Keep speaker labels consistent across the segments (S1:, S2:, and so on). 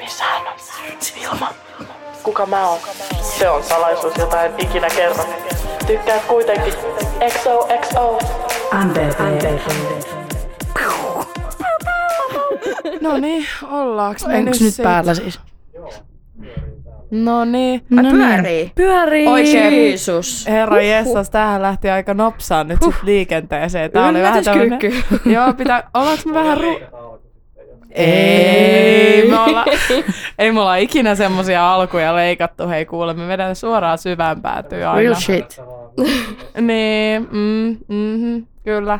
S1: Missä hän on? Ilman. Kuka mä oon? Se on salaisuus, jota en ikinä kerro. Tykkäät kuitenkin. XOXO.
S2: No niin, ollaanko me
S3: Onks nyt
S2: sit-
S3: päällä siis?
S2: No niin.
S3: No niin.
S4: Pyörii.
S2: Pyörii!
S4: Oikein viisus.
S2: Herra Jessas, tämähän lähti aika nopsaan nyt sit liikenteeseen. Tää oli vähän tämmönen...
S4: Yllätyskyykky.
S2: Joo, pitää... Ollaanko me vähän ru...
S4: Ei.
S2: Ei, me olla, ei me olla ikinä semmosia alkuja leikattu, hei kuule, me vedetään suoraan syvään päätyy aina.
S3: Real shit.
S2: Niin, mm, mm kyllä.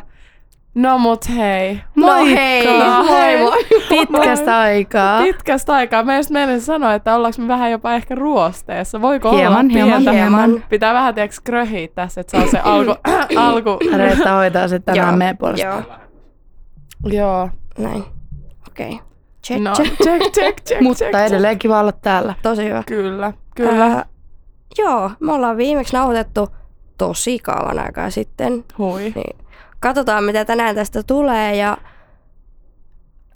S2: No mut hei.
S4: No hei. Moi moi.
S3: Pitkästä aikaa.
S2: Pitkästä aikaa. Mä just meidän sanoa, että ollaanko me vähän jopa ehkä ruosteessa. Voiko
S3: Hieman,
S2: olla
S3: hieman,
S2: pientä?
S3: hieman.
S2: Pitää vähän tiiäks kröhiä tässä, että saa se alku. alku.
S3: Reetta hoitaa se tänään
S4: Joo,
S3: meidän puolesta.
S4: Joo,
S2: Joo.
S4: näin. Okei. Okay. Check,
S2: No,
S4: check.
S2: check, check, check, check.
S3: Mutta edelleen kiva olla täällä.
S4: Tosi hyvä.
S2: Kyllä, kyllä.
S4: Äh, joo, me ollaan viimeksi nauhoitettu tosi kauan aikaa sitten. Niin,
S2: Hui.
S4: Katsotaan, mitä tänään tästä tulee ja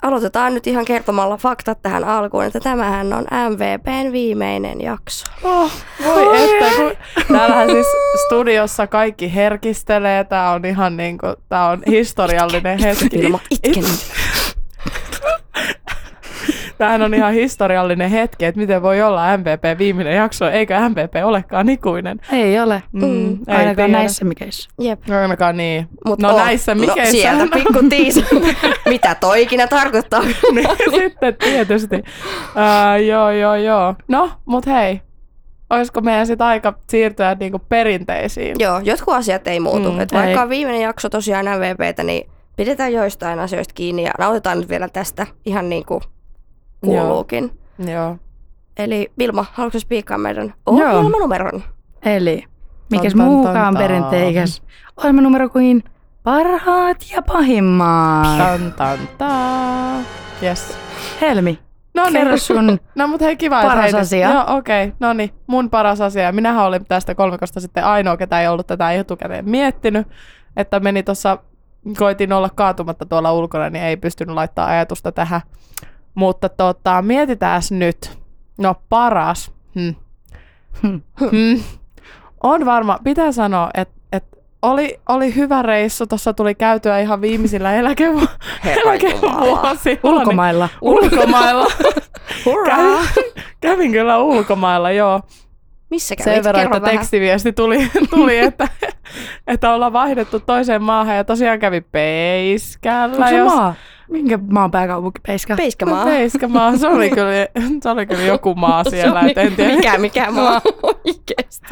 S4: aloitetaan nyt ihan kertomalla faktat tähän alkuun, että tämähän on MVPn viimeinen jakso.
S2: Oh, voi
S4: Oi.
S2: että, kun täällähän siis studiossa kaikki herkistelee. Tää on ihan niinku, tää on historiallinen hetki.
S4: Ilma itken.
S2: Tämähän on ihan historiallinen hetki, että miten voi olla MPP viimeinen jakso, eikä MPP olekaan ikuinen.
S3: Ei ole.
S4: Mm,
S2: ei tiedä.
S3: Ainakaan näissä mikeissä.
S4: Jep.
S2: No ainakaan niin.
S4: Mut
S2: no
S4: oot-
S2: näissä mikä
S4: no, sieltä pikku tiisa. mitä toi ikinä tarkoittaa?
S2: Sitten tietysti. Uh, joo, joo, joo. No, mut hei. Olisiko meidän sitten aika siirtyä niinku perinteisiin?
S4: Joo, jotkut asiat ei muutu.
S2: Mm,
S4: Mm, Et vaikka
S3: ei.
S4: on viimeinen jakso tosiaan MVPtä, niin pidetään joistain asioista kiinni ja nautitaan nyt vielä tästä ihan niin kuin kuuluukin.
S2: Joo.
S4: Eli Vilma, haluatko sä spiikkaa meidän
S3: Joo.
S4: ohjelmanumeron?
S3: Eli mikäs
S2: Tan, tan, tan,
S3: muukaan
S2: tan.
S3: perinteikäs ohjelma numero kuin parhaat ja pahimmat.
S2: Tan, tan, tan. Yes.
S3: Helmi,
S2: No
S3: kerro sun
S2: No mut hei kiva, että
S3: Paras
S2: heitit.
S3: asia.
S2: Joo, okei. Okay. No niin, mun paras asia. Minähän olin tästä kolmikosta sitten ainoa, ketä ei ollut tätä etukäteen miettinyt. Että meni tuossa, koitin olla kaatumatta tuolla ulkona, niin ei pystynyt laittaa ajatusta tähän. Mutta tota, mietitääs nyt. No paras. Hmm.
S3: Hmm.
S2: Hmm. On varma, pitää sanoa, että et oli, oli hyvä reissu, tuossa tuli käytyä ihan viimeisillä eläkevu-
S4: Herra Jumala.
S2: eläkevuosilla. niin-
S3: ulkomailla.
S2: ulkomailla.
S4: Hurraa!
S2: Kävin, kävin kyllä ulkomailla, joo.
S4: Missä kävit?
S2: Sen verran,
S4: Kerro
S2: että
S4: vähän.
S2: tekstiviesti tuli, tuli että, että ollaan vaihdettu toiseen maahan ja tosiaan kävi Peiskällä.
S3: Onko se
S2: jos-
S3: maa? Minkä maan pääkaupunki Peiska?
S4: Peiskämaa.
S2: Peiskämaa, se oli kyllä, se oli kyllä joku maa siellä, et en tiedä.
S4: Mikä, mikä maa oikeesti?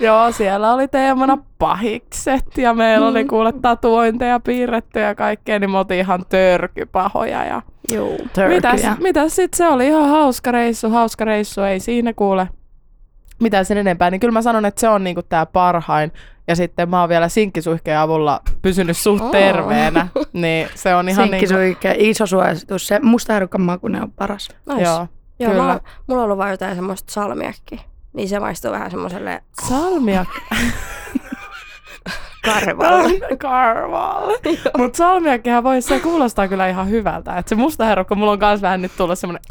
S2: Joo, siellä oli teemana pahikset ja meillä
S4: Mm.
S2: oli kuule tatuointeja piirretty ja kaikkea, niin me oltiin ihan törkypahoja ja
S4: Joo.
S2: Mitäs,
S3: Törkyjä.
S2: mitäs sit se oli ihan hauska reissu, hauska reissu, ei siinä kuule mitään sen enempää. Niin kyllä mä sanon, että se on niinku tää parhain. Ja sitten mä oon vielä sinkkisuihkeen avulla pysynyt suht
S4: Oo.
S2: terveenä. Niin se on ihan niinku...
S3: Sinkkisuikke, iso suositus. Se musta herukan makuinen on paras.
S4: Nice.
S2: Joo.
S4: Joo,
S2: kyllä.
S4: mulla, mulla on ollut vaan jotain semmoista salmiakki. Niin se maistuu vähän semmoiselle
S2: Salmiak.
S4: karvalle.
S2: Karvalle. Mut salmiakkihan voi, se kuulostaa kyllä ihan hyvältä. Et se musta herukka, mulla on kans vähän nyt tullut semmonen...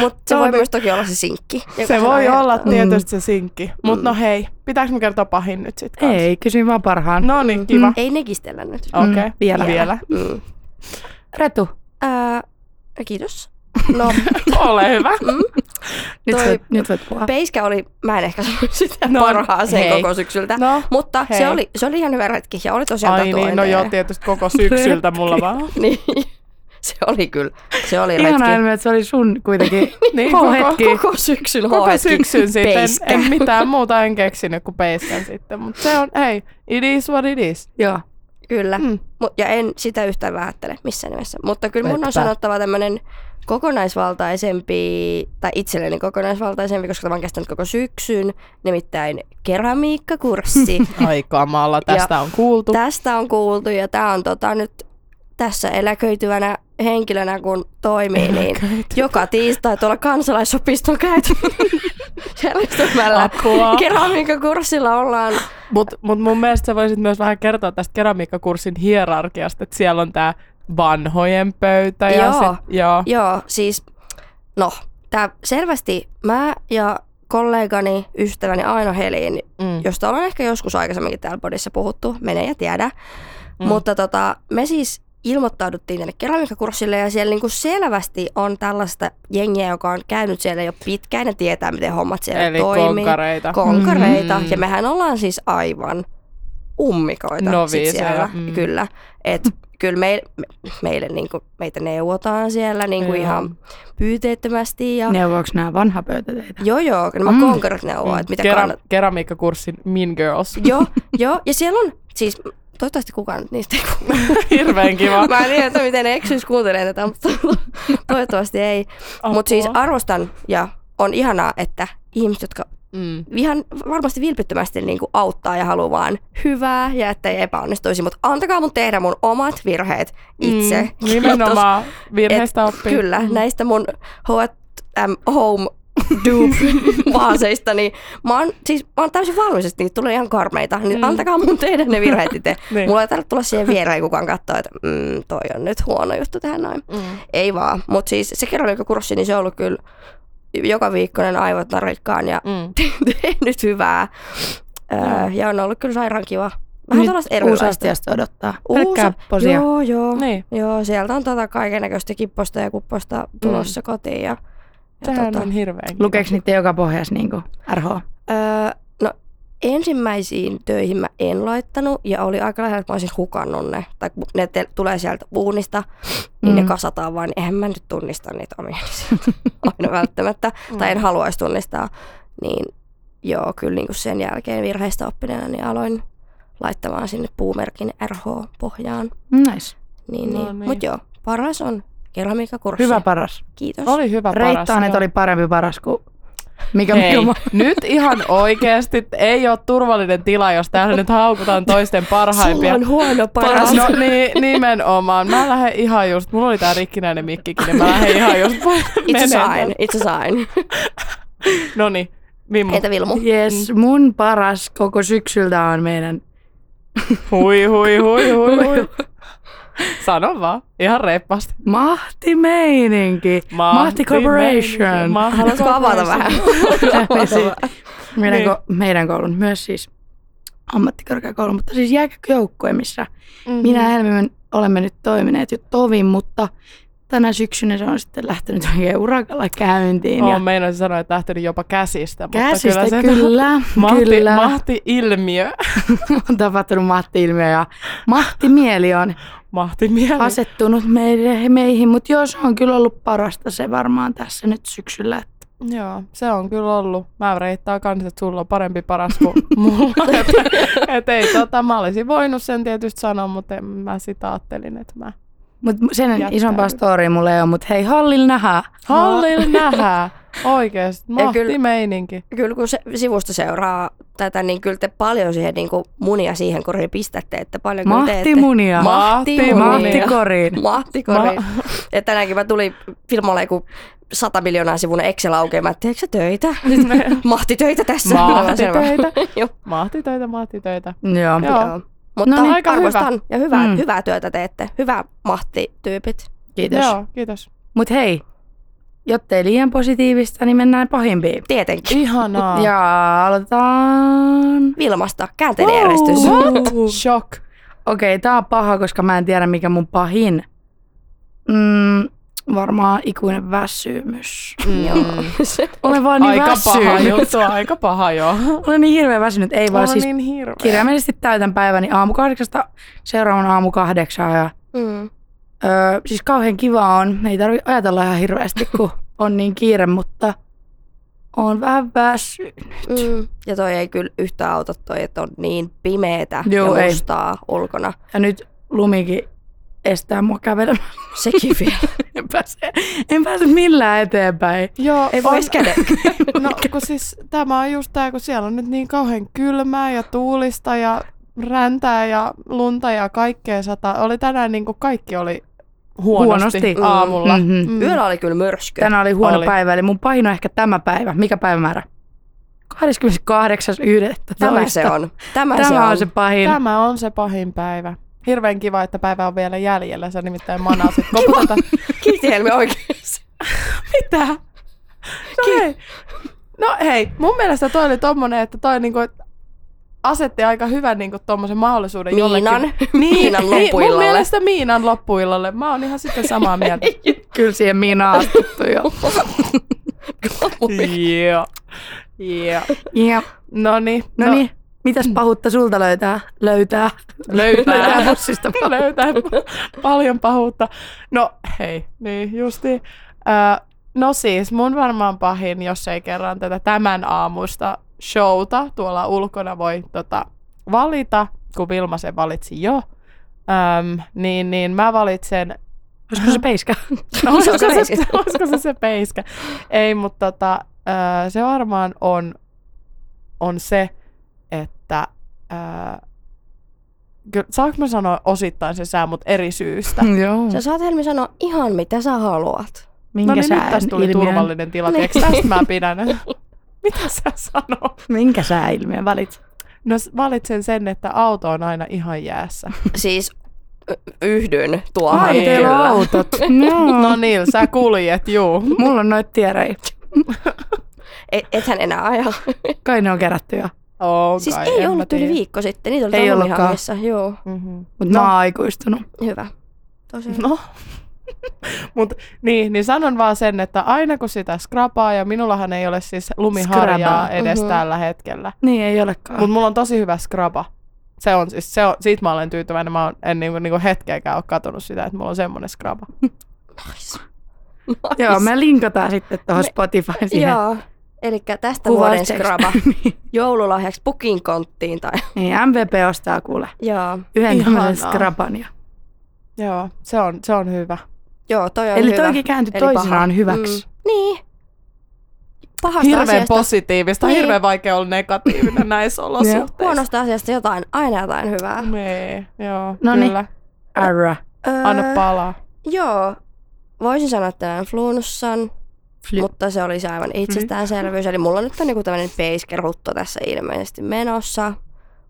S4: Mutta se
S2: Joo,
S4: voi
S2: niin.
S4: myös toki olla se sinkki. joka
S2: Se
S4: sen
S2: voi
S4: aiheuttaa.
S2: olla tietysti se sinkki. Mut no hei, pitääkö me kertoa pahin nyt sit kans?
S3: Ei, kysyin vaan parhaan.
S2: No niin, kiva.
S4: Ei nekistellä nyt.
S2: Okei.
S3: Mm, vielä.
S2: vielä.
S4: Mm.
S3: Retu,
S4: Ää, kiitos. No,
S2: Ole hyvä.
S3: nyt,
S4: Toi-
S3: voit, nyt voit puhua.
S4: Peiskä oli, mä en ehkä sano sitä
S2: No,
S4: no, parhaaseen
S2: hei.
S4: koko syksyltä.
S2: No,
S4: Mutta
S2: Hei.
S4: se oli, se oli ihan hyvä retki ja oli tosiaan
S2: Ai niin, no
S4: tatuointeja.
S2: joo, tietysti koko syksyltä mulla vaan.
S4: niin. Se oli kyllä. Se oli
S3: Ihana
S4: retki.
S3: Helmi, että se oli sun kuitenkin
S2: Niin,
S3: Koko
S2: koko,
S3: hetki.
S4: Koko syksyn
S2: koko
S4: H-hetki.
S2: syksyn sitten.
S4: Peiskä.
S2: En, en mitään muuta en keksinyt kuin peiskän sitten. Mutta se on, hei, it is what it is.
S3: Joo.
S4: Kyllä.
S2: Mm.
S4: Mu- ja en sitä yhtään vähättele missään nimessä. Mutta kyllä mun on
S2: Etpä.
S4: sanottava tämmöinen kokonaisvaltaisempi, tai itselleni kokonaisvaltaisempi, koska tämä on kestänyt koko syksyn, nimittäin keramiikkakurssi.
S2: Ai kamala, tästä on kuultu.
S4: Tästä on kuultu ja tämä on tota nyt tässä eläköityvänä henkilönä, kun toimii, niin joka tiistai tuolla kansalaisopiston käytävällä järjestämällä
S2: Apua.
S4: keramiikkakurssilla ollaan.
S2: Mutta mut mun mielestä sä voisit myös vähän kertoa tästä keramiikkakurssin hierarkiasta, että siellä on tämä vanhojen pöytä. Ja
S4: Joo.
S2: Sit, joo.
S4: Joo, siis no, tää selvästi mä ja kollegani, ystäväni Aino Helin,
S2: Mm.
S4: josta ollaan ehkä joskus aikaisemminkin täällä podissa puhuttu, mene ja tiedä. Mm. Mutta tota, me siis ilmoittauduttiin tänne keramiikkakurssille ja siellä niinku selvästi on tällaista jengiä, joka on käynyt siellä jo pitkään ja tietää, miten hommat siellä
S2: Eli
S4: toimii.
S2: konkareita.
S4: konkareita.
S2: Mm.
S4: Mm. Ja mehän ollaan siis aivan ummikoita sit
S2: Noviiseja,
S4: siellä.
S2: mm.
S4: Mm. Kyllä. Et, kyllä meil, me, meille, niinku, meitä neuvotaan siellä niinku
S2: Joo.
S4: ihan pyyteettömästi. Ja,
S3: Neuvoks nämä vanha pöytä teitä?
S4: joo, joo, kyllä
S3: Mm.
S4: mä konkarat neuvon, että mitä kannattaa.
S2: keramiikkakurssin Mean Girls.
S4: Joo, joo, ja siellä on siis, toivottavasti kukaan nyt niistä ei kuule.
S2: Hirveän kiva.
S4: Mä en tiedä, että miten ne eksyys kuuntelee tätä, mutta toivottavasti ei. Mutta siis
S2: Apua.
S4: arvostan ja on ihanaa, että ihmiset, jotka
S2: Mm.
S4: ihan varmasti vilpittömästi niin kuin auttaa ja haluaa vaan hyvää ja että ei epäonnistuisi, mutta antakaa mun tehdä mun omat virheet itse.
S2: Mm. Nimenomaan virheistä
S4: Kiitos.
S2: oppii. Mm.
S4: Kyllä, näistä mun H&M Home Dupe-vaaseista, niin mä oon, siis, mä oon täysin valmis, että niitä tulee ihan karmeita, niin
S2: Mm.
S4: mm. antakaa mun tehdä ne virheet itse.
S2: Niin.
S4: Mulla ei tarvitse tulla siihen viereen kukaan katsoa, että mm, toi on nyt huono juttu tähän noin.
S2: Mm.
S4: Ei vaan, mutta siis se kerrallisuuskurssi, niin se on ollut kyllä joka viikkoinen aivot narikkaan ja
S2: Mm.
S4: tehnyt hyvää. Öö, ja on ollut kyllä sairaan kiva. Vähän tuollaista
S3: uusi
S4: erilaista.
S3: astiasta odottaa.
S4: Uusi-
S3: Pelkkää posia.
S4: Joo, joo.
S2: Niin,
S4: Joo, sieltä on tota kaiken näköistä kipposta ja kupposta tulossa mm. kotiin. Ja, ja
S2: tämähän
S4: tota,
S2: on niin. hirveän kiva.
S3: Lukeeko niitä joka pohjassa niinku RH?
S4: öö, no, ensimmäisiin töihin mä en laittanut ja oli aika lähellä, että mä olisin hukannut ne. Tai kun ne te- tulee sieltä uunista, niin
S3: Mm.
S4: ne kasataan vaan. niin Eihän mä nyt tunnista niitä omia sieltä aina välttämättä. Tai en haluaisi tunnistaa. Niin joo, kyllä niin sen jälkeen virheistä oppineena niin aloin laittamaan sinne puumerkin RH-pohjaan.
S3: Nice.
S4: Niin,
S2: No
S4: no,
S2: niin.
S4: niin. Mutta joo, paras on keramiikkakurssi.
S3: Hyvä paras.
S4: Kiitos.
S2: Oli hyvä paras.
S3: Reittaan, että
S2: joo.
S3: oli parempi paras kuin mikä
S2: Hei,
S3: mikä
S2: nyt ihan oikeasti ei ole turvallinen tila, jos täällä nyt haukutaan toisten parhaimpia.
S4: huono
S2: No niin, nimenomaan. Mä lähden ihan just, mulla oli tää rikkinäinen mikkikin, niin mä lähden ihan just
S4: It's a
S2: meneen
S4: sign, it's a sign.
S2: täältä. Noniin, No niin, Mimmo.
S4: Entä Vilmu?
S3: Yes, mun paras koko syksyltä on meidän
S2: Hui, hui, hui, hui, hui. Sano vaan, ihan reippaasti.
S3: mahtimeininki. Mahti Corporation.
S2: Mahti
S4: Haluatko avata
S2: Corporation.
S4: vähän?
S3: meidän,
S4: siis-
S2: Niin.
S3: ko- meidän koulun, myös siis ammattikorkeakoulu, mutta siis jääkäkijoukkue, missä
S2: Mhm.
S3: minä ja Helmi men- olemme nyt toimineet jo tovin, mutta tänä syksynä se on sitten lähtenyt oikein urakalla käyntiin.
S2: Oon
S3: Niin ja
S2: meinasin sanoa, että lähtenyt jopa käsistä. Mutta
S3: käsistä
S2: kyllä,
S3: kyllä,
S2: se
S3: kyllä,
S2: mahti,
S3: kyllä.
S2: mahti-ilmiö.
S3: on tapahtunut mahti-ilmiö ja mahtimieli on
S2: Mahtimieli.
S3: asettunut meille, meihin, mutta joo, se on kyllä ollut parasta se varmaan tässä nyt syksyllä. että
S2: Joo, se on kyllä ollut. Mä reittaan kans, että sulla on parempi paras kuin mulla. et, et ei, tota, mä olisin voinut sen tietysti sanoa, mutta en mä sitä ajattelin, että mä...
S3: Mut sen
S2: Jättäydy.
S3: isompaa storia mulla ei ole, mutta hei, hallilla nähdään.
S2: Hallilla nähdään. Oikeesti,
S4: kyllä-
S2: mahti meininki.
S4: Kyllä kun se, sivusta seuraa tätä, niin kyllä te paljon siihen niin kuin munia siihen koriin pistätte, että paljon kyllä
S3: Mahti
S4: teette.
S3: munia.
S4: Mahti
S2: Mahti
S4: munia.
S2: munia.
S3: Mahtikoriin.
S4: Mahtikori. Ma- ja tänäänkin mä tulin filmolle joku 100 miljoonaa sivun Excel aukeaa. Mä teekö sä töitä? Nyt me... Mahtitöitä tässä.
S2: Mahtitöitä.
S4: Joo.
S2: Mahtitöitä, mahtitöitä.
S3: Joo.
S2: Joo.
S4: Joo. Mutta
S3: No
S4: no
S3: niin,
S4: niin,
S2: aika
S4: arvostan hyvä. ja hyvää,
S3: Mm.
S4: mm. hyvää työtä teette. Hyvä mahtityypit.
S3: Kiitos.
S2: Joo, kiitos.
S3: Mutta hei, jottei liian positiivista, niin mennään pahimpiin.
S4: Tietenkin.
S2: Ihanaa.
S3: Ja aloitetaan.
S4: Vilmasta käänteinen järjestys.
S2: What? Shock.
S3: Okei, tää on paha, koska mä en tiedä mikä mun pahin. Mm, varmaan ikuinen väsymys.
S4: Joo. Se-
S3: Olen vaan niin
S2: Mm. Aika paha
S3: väsynyt.
S2: juttu, aika paha joo.
S3: Olen niin hirveän väsynyt, ei vaan
S2: Vaan
S3: siis
S2: niin hirveä.
S3: kirjaimellisesti täytän päiväni aamu kahdeksasta seuraavan aamu kahdeksaan. Ja,
S4: Mm.
S3: öö, siis kauhean kiva on, ei tarvi ajatella ihan hirveästi, kun on niin kiire, mutta on vähän väsynyt.
S4: Mm. Ja toi ei kyllä yhtään auta toi, että on niin pimeetä
S3: Joo,
S4: ja
S3: ei.
S4: mustaa ulkona.
S3: Ja nyt lumikin estää mua kävelemään.
S4: Sekin vielä.
S3: En pääse, en pääse millään eteenpäin.
S2: Joo,
S4: Ei
S2: on-
S4: voisi käydä.
S2: No kun siis tämä on just tämä, kun siellä on nyt niin kauhean kylmää ja tuulista ja räntää ja lunta ja kaikkea sataa. Oli tänään niin kuin kaikki oli huonosti,
S3: Huonosti.
S2: huonosti. aamulla. Mm.
S3: Mm-hmm.
S2: Mm.
S4: Yöllä oli kyllä myrsky.
S3: Tänään oli huono
S2: Oli.
S3: oli. päivä, eli mun pahin on ehkä tämä päivä. Mikä päivämäärä? 28.11.
S4: Tämä se on. Tämä,
S3: Tämä on se
S4: se
S3: pahin.
S2: niin. Tämä on se pahin päivä. Hirveän kiva, että päivä on vielä jäljellä. Sä nimittäin manasit. Koputata.
S4: Kivitihelmi oikeassa.
S2: Mitä? No hei. No hei, mun mielestä toi oli tommonen, että toi niinku asetti aika hyvän niinku tommosen mahdollisuuden jollekin.
S4: Miinan. Miinan
S2: Niin, Mun
S4: loppuillalle.
S2: mielestä Miinan loppuillalle. Mä oon ihan sitten samaa mieltä.
S3: Kyllä siihen Miina astuttu jo.
S2: Joo. Joo.
S3: Ja,
S2: No niin.
S3: no niin, mitäs pahuutta sulta löytää? Löytää. Löytää
S2: niin. Löytää.
S3: bussista.
S2: löytää paljon pahuutta. No hei, niin justi. Äh, no siis mun varmaan pahin, jos ei kerran tätä tämän aamuista showta tuolla ulkona voi tota, valita, kun Vilma sen valitsi jo. Äm, niin, niin mä valitsen
S3: Olisiko se peiskä?
S2: No,
S4: Se
S2: olisiko,
S4: on
S2: se,
S4: se
S2: se,
S4: peiskä.
S2: olisiko se se peiskä? Ei, mutta tota, ö, se varmaan on, on se, että... Ö, kyllä, saanko mä sanoa osittain sen sää, mutta eri syystä?
S3: Joo.
S4: Sä saat Helmi sanoa ihan mitä sä haluat.
S3: Minkä
S2: No niin,
S3: sään
S2: nyt tästä tuli
S3: ilmiön,
S2: turvallinen tila,
S4: Niin.
S2: tiedätkö? Tästä mä pidän. Mitä sä sanot?
S3: Minkä sää ilmiön välit?
S2: No s- valitsen sen, että auto on aina ihan jäässä.
S4: Siis y- yhdyn tuohon
S3: Ai, teillä on
S4: kyllä.
S3: autot. No.
S2: No niin, sä kuljet, juu.
S3: Mulla on noit tierei.
S4: Et, E- ethän enää aja.
S3: Kai ne on kerätty jo.
S2: Oh,
S4: Siis ei ollut yli viikko sitten, niitä oli
S3: Ei
S4: tuolla
S3: ollutkaan.
S4: lumihangessa. Joo,
S2: Mm-hmm.
S3: Mutta
S2: No.
S3: mä oon aikuistunut.
S4: hyvä. Tosiaan.
S2: No. Mut, niin, niin sanon vaan sen, että aina kun sitä skrapaa, ja minullahan ei ole siis lumiharjaa
S3: Skrabaa,
S2: edes
S4: mhm.
S2: tällä hetkellä,
S3: Niin ei olekaan.
S2: mutta mulla on tosi hyvä skrapa. Se on siis, se on, siitä mä olen tyytyväinen, mä oon, en niinku, niinku hetkeäkään ole katunut sitä, että mulla on semmoinen skrapa.
S4: Nice.
S3: Joo, me linkataan sitten tuohon
S4: Me-
S3: Spotify siihen
S4: Joo. Eli tästä vuoden
S3: kuvaustekstiin.
S4: skraba joululahjaksi pukin konttiin tai...
S3: niin, MVP ostaa kuule
S4: Joo.
S3: yhden tämmöisen
S2: Ihanaa.
S3: skrapan. ja-
S2: Joo, se on, se on hyvä.
S4: Joo, toi on
S3: Eli
S4: hyvä.
S3: toikin kääntyi
S4: Eli
S3: toisinaan
S4: paha.
S3: hyväksi.
S4: Mm. Niin. Pahasta
S2: Hirveän
S4: asiasta.
S2: positiivista,
S4: Niin.
S2: hirveän vaikea olla negatiivinen näissä olosuhteissa.
S4: Huonosta asiasta jotain, aina jotain hyvää.
S2: Niin, joo,
S3: No niin.
S2: kyllä.
S3: Arra.
S4: Öö,
S2: Anna palaa.
S4: Joo. Voisin sanoa, että näen flunssan,
S3: Fly.
S4: mutta se oli se aivan itsestäänselvyys. Eli mulla nyt on niinku tämmöinen peiskerhutto tässä ilmeisesti menossa.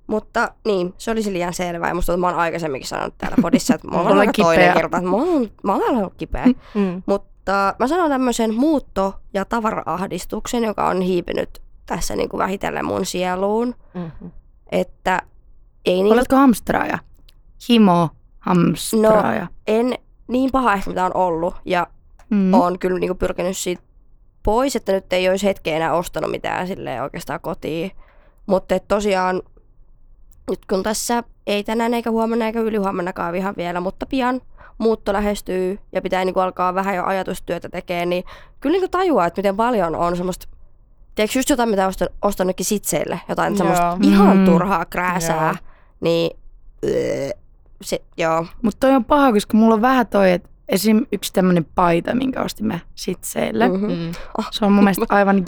S4: Mutta niin, se olisi liian selvää. Ja musta tuntuu, että mä oon aikaisemminkin sanonut täällä podissa, että mulla on
S3: Olen
S4: aika toinen
S3: kipeä.
S4: kerta, että mä oon, mä oon ollut kipeä.
S2: Mm.
S4: Mutta mä sanon tämmöisen muutto- ja tavaraahdistuksen, joka on hiipinyt tässä niinku vähitellen mun sieluun.
S2: Mm-hmm.
S4: Että ei niinku
S3: Oletko hamstraaja? Himo hamstraaja.
S4: en niin paha ehkä mitä on ollut ja
S3: Mm.
S4: mm. on kyllä niinku pyrkinyt siitä pois, että nyt ei olisi hetkeä enää ostanut mitään silleen oikeastaan kotiin. Mutta et tosiaan nyt kun tässä ei tänään eikä huomenna eikä ylihuomennakaan ihan vielä, mutta pian muutto lähestyy ja pitää niinku alkaa vähän jo ajatustyötä tekemään, niin kyllä niinku tajuaa, että miten paljon on semmoista Tiedätkö just jotain, mitä ostan, ostanutkin sitseille, jotain semmoista
S2: Joo.
S4: ihan
S3: Mm.
S4: turhaa krääsää,
S2: Joo.
S4: niin öö, se, joo,
S3: Mutta toi on paha, koska mulla on vähän toi, että esim. yksi tämmöinen paita, minkä ostimme sitseille. Mm.
S4: Mhm.
S2: Mm.
S3: Se on mun mielestä aivan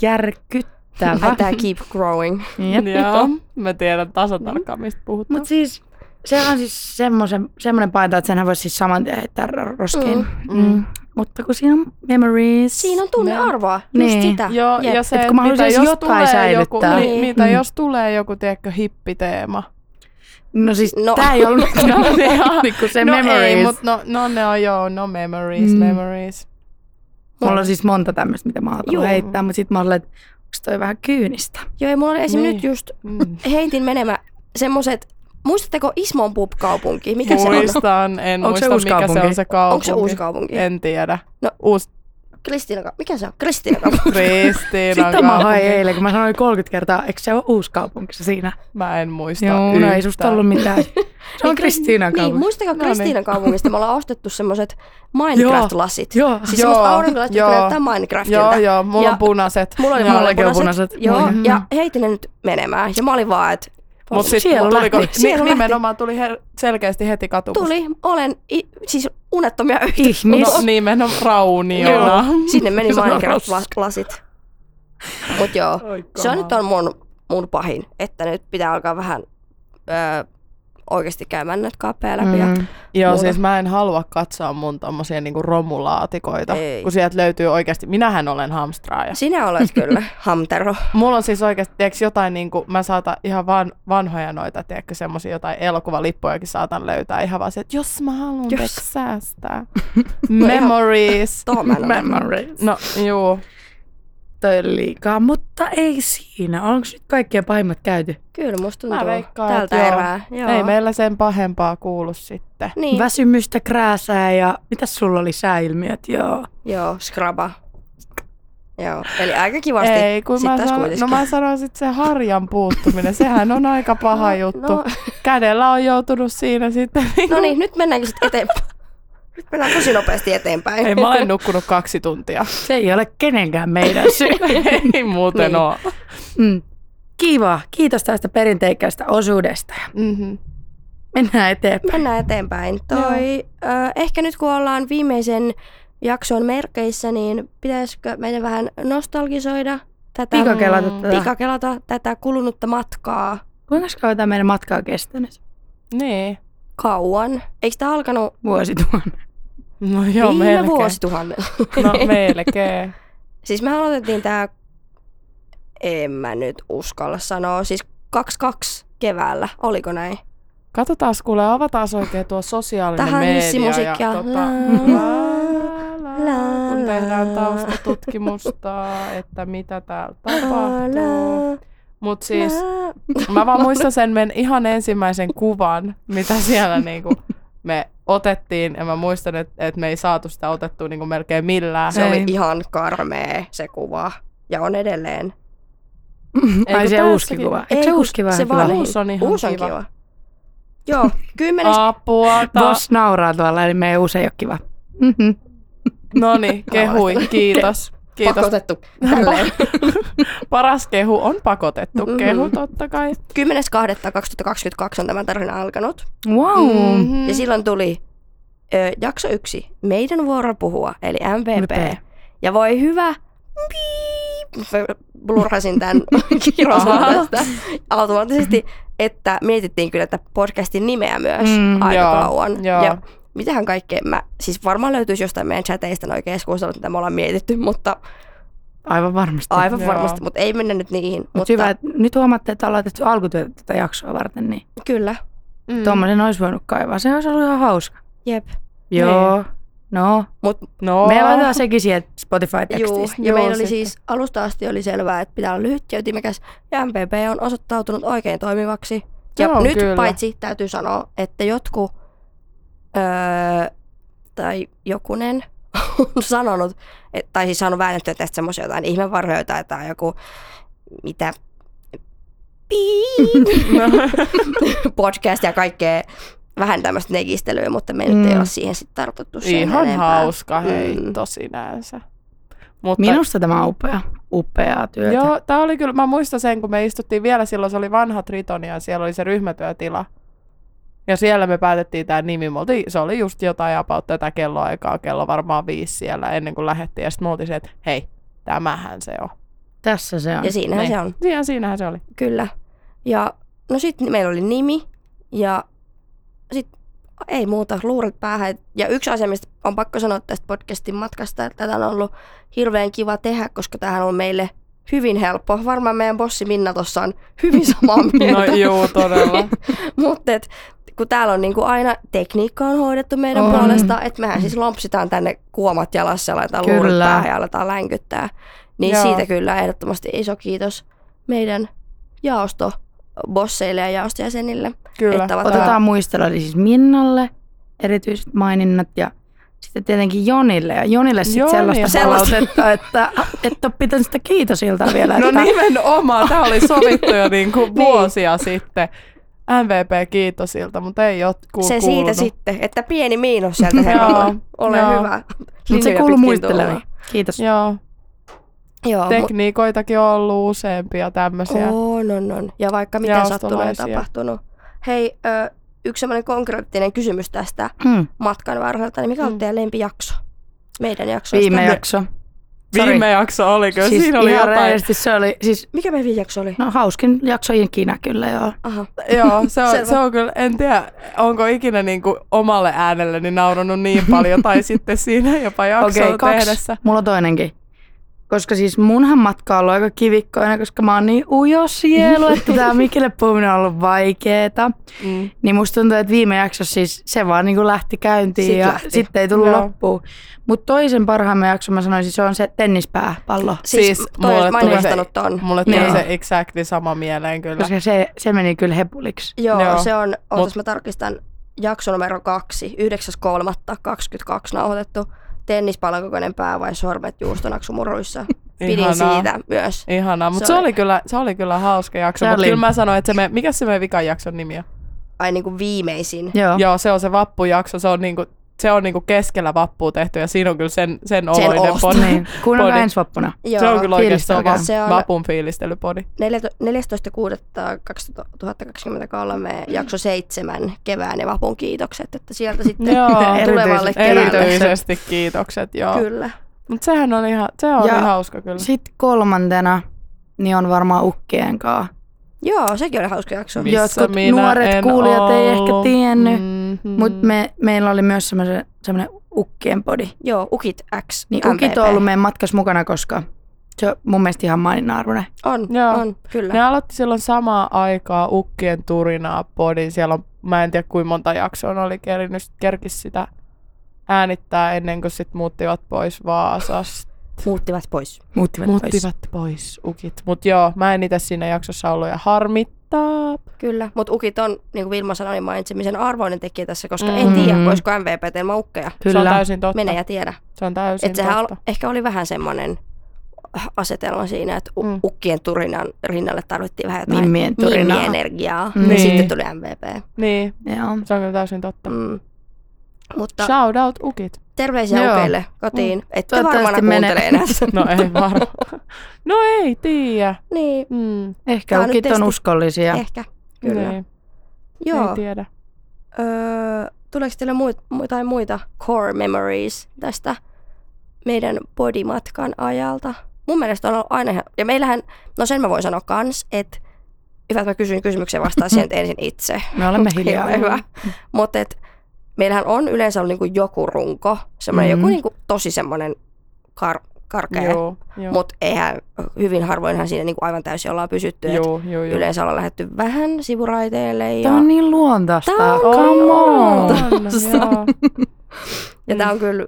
S3: järkyttävä.
S4: Ai, tää keep growing.
S3: Jep.
S2: Joo, mä tiedän tasatarkkaan, mistä puhutaan.
S3: Mutta siis se on siis semmoisen, semmoinen paita, että senhän voisi siis saman tien heittää ro- roskiin. Mm.
S2: Mm.
S3: Mm. Mutta kun siinä on memories.
S4: Siinä on tunnearvoa,
S3: Niin.
S4: niin. just sitä.
S2: Joo,
S4: Jep.
S2: ja se,
S3: Et
S2: että
S3: kun mä
S2: mitä
S3: haluaisin
S2: jos
S3: jotain
S2: tulee joku,
S3: säilyttää.
S2: niin,
S4: Niin.
S2: mitä
S3: Mm.
S2: jos tulee joku, tiedätkö, hippiteema?
S3: No siis no.
S4: No.
S3: tää ei ollut
S2: No, ne on-
S3: niin kuin se
S2: no
S3: memories.
S2: ei, mut no, no ne on joo, no memories,
S3: Mm.
S2: mm. memories.
S3: Mulla on siis monta tämmöistä, mitä mä oon
S4: Juu.
S3: halunnut heittää, mutta sit mä olen, että onks toi vähän kyynistä?
S4: Joo, ja mulla oli esim.
S2: Niin.
S4: nyt just
S2: Mm.
S4: heitin menemä semmoset, muistatteko Ismon pub-kaupunki? Mikä se on?
S2: Muistan, en
S3: Onko se
S2: muista,
S3: uusi
S2: mikä se
S3: kaupunki?
S2: on se kaupunki.
S4: Onko se uusi kaupunki?
S2: En tiedä.
S4: No.
S2: Uusi
S4: Kristiina, mikä se on? Kristiina kaupunki.
S2: Kristiinan
S3: Sitten mä hain
S2: kaupunki.
S3: eilen, kun mä sanoin 30 kertaa, eikö se ole uusi kaupunki se siinä?
S2: Mä en muista
S3: Joo, no ei susta
S2: yhtään.
S3: ollut mitään. Se on
S4: Niin,
S3: Kristiinan
S4: Niin,
S3: kaupunki.
S4: muistakaa
S2: No niin.
S4: Kristiinan kaupungista. Me ollaan ostettu semmoset Minecraft-lasit.
S3: Joo.
S4: Siis
S2: Joo,
S4: semmoset aurinkolasit,
S2: joo.
S4: jotka näyttää Minecraftilta.
S2: Joo, joo, mulla
S4: Ja-
S2: on punaiset.
S4: Mulla oli
S2: Joo.
S4: mulla
S3: Mullakin on punaiset.
S4: Joo,
S3: Mhm.
S4: ja heitin ne nyt menemään. Ja mä olin vaan, että
S2: Niin. Mut sit
S3: Sielu
S2: tuliko,
S3: lähti.
S2: ni-
S4: Sielu lähti.
S2: nimenomaan tuli her- selkeästi heti katumus.
S4: tuli, olen i- siis unettomia yhtä.
S3: Ihmis.
S2: No nimenomaan rauniona.
S4: Sinne meni
S3: Se on
S4: Minecraft-lasit. Mut joo.
S2: Oi
S4: Se on
S2: kamala.
S4: nyt on mun, mun pahin, että nyt pitää alkaa vähän öö, oikeasti käymään näitä kaappeja läpi. Mm.
S2: Joo,
S4: Muuta.
S2: Muuta. siis mä en halua katsoa mun tommosia niinku romulaatikoita,
S4: Ei.
S2: kun sieltä löytyy oikeasti, minähän olen hamstraaja.
S4: Sinä olet kyllä hamtero.
S2: Mulla on siis oikeasti, tiedätkö, jotain niinku, mä saatan ihan van, vanhoja noita, tiedätkö, semmosia jotain elokuvalippujakin saatan löytää ihan vaan se, että jos mä haluan
S4: Jos. No
S2: tiedätkö, säästää. Memories.
S4: Tuo mä en ole.
S3: Memories. No,
S2: No, juu.
S3: toi oli liikaa, mutta ei siinä. Onko nyt kaikkien pahimmat käyty?
S4: Kyllä musta tuntuu
S2: Mä veikkaan,
S4: tältä
S2: että joo.
S4: erää. Joo.
S2: Joo. Ei meillä sen pahempaa kuulu sitten.
S4: Niin, Väs-
S3: Väsymystä, krääsää ja mitä sulla oli sääilmiöt? Joo.
S4: joo, skraba. Joo, eli aika kivasti.
S2: Ei, kun
S4: Sit
S2: mä
S4: taas
S2: sanon,
S4: kuitenkin.
S2: no mä sanoin sit se harjan puuttuminen, sehän on aika paha
S4: No,
S2: juttu.
S4: no.
S2: Kädellä on joutunut siinä sitten.
S4: No niin, nyt mennäänkö sitten eteenpäin? Nyt mennään tosi nopeasti eteenpäin.
S2: Ei, mä olen nukkunut kaksi tuntia.
S3: Se ei ole kenenkään meidän syy.
S2: Ei muuten
S4: Niin.
S2: niin. oo.
S3: Mm. Kiva. Kiitos tästä perinteikästä osuudesta.
S2: Mm-hmm.
S3: Mennään eteenpäin.
S4: Mennään eteenpäin. Toi, ö, ehkä nyt kun ollaan viimeisen jakson merkeissä, niin pitäisikö meidän vähän nostalgisoida tätä,
S3: Pikakelata
S2: Mm,
S3: tätä.
S4: pikakelata tätä kulunutta matkaa
S3: Kuinka kauan tämä meidän matka on kestänyt?
S2: Niin.
S4: kauan? Eikö tämä alkanut
S3: Vuosituhannen.
S2: No joo,
S4: viime
S2: melkein.
S4: vuosituhannella?
S2: No melkein.
S4: Siis me aloitettiin tämä, en mä nyt uskalla sanoa, siis 22 keväällä, oliko näin?
S2: Katsotaan, kuule, avataan oikein tuo sosiaalinen
S4: Tähän
S2: media.
S4: hissimusiikkia.
S2: Ja, tota,
S4: La,
S2: la, la, kun
S4: la, la.
S2: tehdään taustatutkimusta, että mitä täällä tapahtuu. Mut siis
S4: la.
S2: mä vaan muistan sen men ihan ensimmäisen kuvan, mitä siellä niinku me otettiin. Ja mä muistan, että et me ei saatu sitä otettua niinku melkein millään.
S4: Se oli
S3: Ei.
S4: ihan karmea se kuva. Ja on edelleen.
S2: Ei,
S3: Ai
S2: kun
S3: se
S2: tässäkin-
S3: uuski kuva. Eikö
S4: Ei,
S3: se
S4: kun
S3: uuski vähän
S4: se
S3: kiva?
S4: vaan-
S2: Uusi on ihan
S4: Uusi on
S2: kiva.
S4: kiva. Joo, kymmenestä.
S2: Apua. Taas.
S3: Boss nauraa tuolla, eli meidän uusi ei ole kiva. Mhm.
S2: No niin, kehui. Kiitos. Kiitos.
S4: Pakotettu tälleen.
S2: Paras kehu on pakotettu
S4: Mhm.
S2: mm-hmm. kehu, totta kai.
S4: 10.2.2022 on tämä tarina alkanut.
S3: Wow.
S2: Mm.
S4: Ja silloin tuli ö, jakso yksi, Meidän vuoro puhua, eli MVP.
S3: MVP.
S4: Ja voi hyvä, piip, mä blurrasin tämän kirjoisan tästä automaattisesti, että mietittiin kyllä tätä podcastin nimeä myös
S3: Mm,
S4: aika
S2: joo,
S4: kauan.
S2: joo.
S4: Ja mitähän kaikkea, mä, siis varmaan löytyisi jostain meidän chateista noi keskustelut, mitä me ollaan mietitty, mutta
S3: Aivan varmasti.
S4: aivan
S2: Joo.
S4: varmasti, mutta ei mennä nyt niihin.
S3: Mut
S4: mutta
S3: hyvä, että nyt huomaatte, että ollaan tehty alkutyötä tätä jaksoa varten, niin mm.
S4: Kyllä,
S2: Mm.
S3: tuommoisen olisi voinut kaivaa. Se olisi ollut ihan hauska.
S4: jep.
S3: Joo. No,
S2: No.
S3: me laitetaan sekin siihen
S4: Juu,
S3: Spotify-tekstiin.
S4: ja
S2: Joo,
S4: meillä oli
S2: sitten.
S4: siis alusta asti oli selvää, että pitää olla lyhyt ja ytimekäs, ja MPP on osoittautunut oikein toimivaksi. Ja
S2: Joo,
S4: nyt
S2: kyllä.
S4: paitsi täytyy sanoa, että jotkut öö, tai jokunen on sanonut, et, tai siis saanut väännettyä tästä semmoisia jotain ihmevarhoja tai jotain joku, mitä piip, podcast ja kaikkea vähän tämmöistä negistelyä, mutta me mm. nyt ei
S3: Mm.
S4: ole siihen sitten tartuttu sen
S2: Ihan
S4: enempää.
S2: hauska, hei,
S4: Mm.
S2: mm. tosinänsä. Mutta
S3: Minusta tämä on upea, upeaa työtä.
S2: Joo, tää oli kyllä, mä muistan sen, kun me istuttiin vielä silloin, se oli vanha Tritonia, ja siellä oli se ryhmätyötila. Ja siellä me päätettiin tämä nimi, me oltiin, se oli just jotain about tätä kelloaikaa, kello varmaan viisi siellä ennen kuin lähdettiin. Ja sitten me oltiin se, että hei, tämähän se on.
S3: Tässä se on.
S4: Ja siinähän
S2: Niin.
S4: se on.
S2: Ja siinähän se oli.
S4: Kyllä. Ja no sitten meillä oli nimi ja sitten ei muuta, luurit päähän. Ja yksi asia, mistä on pakko sanoa tästä podcastin matkasta, että tätä on ollut hirveän kiva tehdä, koska tämähän on meille hyvin helppo. Varmaan meidän bossi Minna tuossa on hyvin samaa
S2: No
S4: mieltä.
S2: juu, todella.
S4: Mutta et, kun täällä on niinku aina tekniikka on hoidettu meidän
S3: On.
S4: puolesta, että mehän siis lompsitaan tänne kuomat jalassa ja laitetaan kyllä. luurit
S3: Kyllä.
S4: päähän ja aletaan länkyttää. Niin Joo.
S2: Joo.
S4: siitä kyllä ehdottomasti iso kiitos meidän jaosto bosseille ja jaostojäsenille.
S2: Kyllä.
S4: Että ovat-
S3: Otetaan muistelu, eli siis Minnalle erityiset maininnat ja sitten tietenkin Jonille. Ja Jonille sitten
S2: Joni.
S3: sellaista
S4: Sellaista.
S3: palautetta, että et ole pitänyt sitä kiitosiltaa vielä.
S2: No
S3: että
S2: nimenomaan, tämä oli sovittu jo niinku
S4: Niin.
S2: vuosia sitten. MVP kiitosilta, mutta ei ole ku-
S4: Se siitä
S2: kuulunut.
S4: sitten, että pieni miinus sieltä
S2: Joo,
S4: herralle. Ole
S2: joo.
S4: hyvä.
S3: Mutta se
S4: Linjoja
S3: kuuluu
S4: Niin, pitkin
S3: muistelemaan.
S4: tullaan.
S3: Kiitos.
S2: Joo,
S4: Joo, mut-
S2: tekniikoitakin on ollut useampia tämmöisiä.
S4: On, on, on. Ja vaikka mitä sattunut ja
S2: Jaostolaisia.
S4: tapahtunut. Hei, ö, yksi semmoinen konkreettinen kysymys tästä
S3: Mm.
S4: matkan varrelta, niin mikä on
S2: Mm.
S4: teidän lempijakso? Meidän jaksoista.
S3: Viime
S4: Me-
S3: jakso. Sori.
S2: Viime jakso oli kyllä,
S3: Siis
S2: siis siinä oli
S3: ihan
S2: jotain.
S3: reilusti se oli, siis
S4: Mikä meidän viime jakso oli?
S3: no hauskin jakso ikinä kyllä joo.
S4: Aha.
S2: Joo, se on,
S4: Selvä.
S2: se on kyllä, en tiedä, onko ikinä niin kuin omalle äänelleni nauranut niin paljon, tai sitten siinä jopa jaksoa
S3: Okei, kaksi.
S2: tehdessä.
S3: Mulla on toinenkin. Koska siis munhan matka on ollut aika kivikkoina, koska mä oon niin ujo sielu, että tää Mikille puhuminen on ollut vaikeeta.
S2: Mm.
S3: Niin musta tuntuu, että viime jaksossa siis se vaan niinku lähti käyntiin
S4: Sit
S3: ja
S4: lähti.
S3: sitten ei tullut
S2: Joo.
S3: loppuun. Mutta toisen parhaamme jakson mä sanoisin, se on se tennispääpallo.
S4: Siis,
S2: Siis
S4: siis toi,
S2: mulle
S4: mä en
S2: tuli se-
S4: muistanut ton.
S2: Mulle tuli
S3: Joo.
S2: se exactly sama mieleen kyllä.
S3: Koska se, se meni kyllä hepuliksi.
S4: Joo,
S2: Joo.
S4: Joo, se on,
S2: Mut-
S4: ootas mä tarkistan, jakso numero kaksi, 9.3.22 nauhoitettu. Tennispallon kokoinen pää vai sormet juustonaksumuruissa. Pidin
S2: Ihanaa.
S4: siitä myös.
S2: Ihanaa, mutta se,
S4: Se oli-
S2: oli kyllä, se oli kyllä hauska jakso.
S3: Se
S2: Mutta
S3: oli.
S2: kyllä mä sanoin, että se me, mikä se meidän vikan jakson nimi on?
S4: Ai niinku viimeisin.
S3: Joo.
S2: Oh. Joo, se on se vappujakso. Se on niinku, se on niinku keskellä vappua tehty ja siinä on kyllä sen, sen oloinen
S4: oot.
S2: podi.
S3: Niin. Kuunnelkaa
S2: Podi.
S3: ensi vappuna.
S4: Joo.
S2: Se on kyllä oikeasti se on
S3: fiilistelkää.
S2: va-
S4: Se on-
S2: vapun fiilistelypodi.
S4: 14.6.2023 jakso 7 kevään ja vapun kiitokset, että sieltä sitten
S2: Joo.
S4: tulevalle
S3: Erityisesti- Keväällä.
S4: keväälle.
S2: Erityisesti kiitokset, joo.
S4: Kyllä.
S2: Mutta sehän on ihan, se on
S3: Ja-
S2: ihan hauska kyllä.
S3: Sitten kolmantena niin on varmaan ukkien kaa.
S4: Joo, sekin oli hauska jakso.
S2: Niin.
S3: Mi- jotkut nuoret kuulijat ei ehkä tiennyt,
S4: Mm.
S2: Mm-hmm.
S3: Mutta me, meillä oli myös semmoinen ukkien podi.
S4: Joo, Ukit X.
S3: Niin
S4: MVP.
S3: ukit on ollut meidän matkassa mukana, koska se on mun mielestä ihan maininnan arvoinen.
S4: On,
S2: Joo.
S4: on, kyllä.
S2: Ne aloitti silloin samaa aikaa Ukkien turinaa podin. Siellä on, mä en tiedä kuinka monta jaksoa ne oli kerinyt, kerkis sitä äänittää ennen kuin sit muuttivat pois Vaasasta.
S4: Muuttivat pois.
S3: Muuttivat, pois.
S2: Muuttivat pois ukit. Mut joo, mä en itse siinä jaksossa ollut ja harmittaa.
S4: Kyllä, mutta ukit on, niin kuin Vilma sanoi, niin mainitsemisen arvoinen tekijä tässä, koska mm. en
S2: Mm.
S4: tiedä, voisiko MVP ilman ukkeja.
S2: Se on
S3: Kyllä.
S2: täysin totta.
S4: Mene ja tiedä.
S2: Se on täysin
S4: Että sehän
S2: totta.
S4: on, ehkä oli vähän semmoinen asetelma siinä, että u-
S2: Mm.
S4: ukkien turinan rinnalle tarvittiin vähän jotain
S3: Mimmien turinaa.
S4: Niin, energiaa.
S3: Mm.
S4: Mm.
S2: Niin.
S4: Ja sitten tuli MVP.
S2: Niin,
S3: Joo.
S2: se on kyllä täysin totta.
S4: Mm. Mutta
S2: Shout out ukit.
S4: terveisiä
S3: Joo.
S4: ukeille kotiin. Mm. Ette
S3: Toivottavasti
S4: varmana
S3: menee.
S4: kuuntele enää.
S2: No ei varmaan. No ei tiedä.
S4: niin,
S2: Mm,
S3: Ehkä
S4: Tää on nyt
S3: ukit on
S4: testi.
S3: uskollisia.
S4: ehkä. Kyllä.
S2: Niin,
S4: Joo.
S2: ei tiedä.
S4: Öö, tuleeko teillä muit, jotain muita core memories tästä meidän bodymatkan ajalta? Mun mielestä on ollut aina ihan, ja meillähän, no sen mä voin sanoa kans, että hyvä, että mä kysyin kysymyksen vastaan siihen nyt ensin itse.
S3: Me olemme hiljaa.
S4: Hirveän hyvä. Mutta et, meillähän on yleensä ollut niinku joku runko, semmoinen
S3: Mhm.
S4: joku niinku tosi semmoinen kar, karkea,
S2: Mm. Joo, joo.
S4: mutta eihän, hyvin harvoinhan siinä niinku aivan täysin ollaan pysytty. et
S2: Joo, joo, joo.
S4: Yleensä ollaan lähdetty vähän sivuraiteille. Ja...
S3: Tämä on niin luontaista.
S4: Tää on niin
S3: Come on.
S2: on, joo.
S4: Ja
S2: Mm.
S4: mm. tämä on kyllä,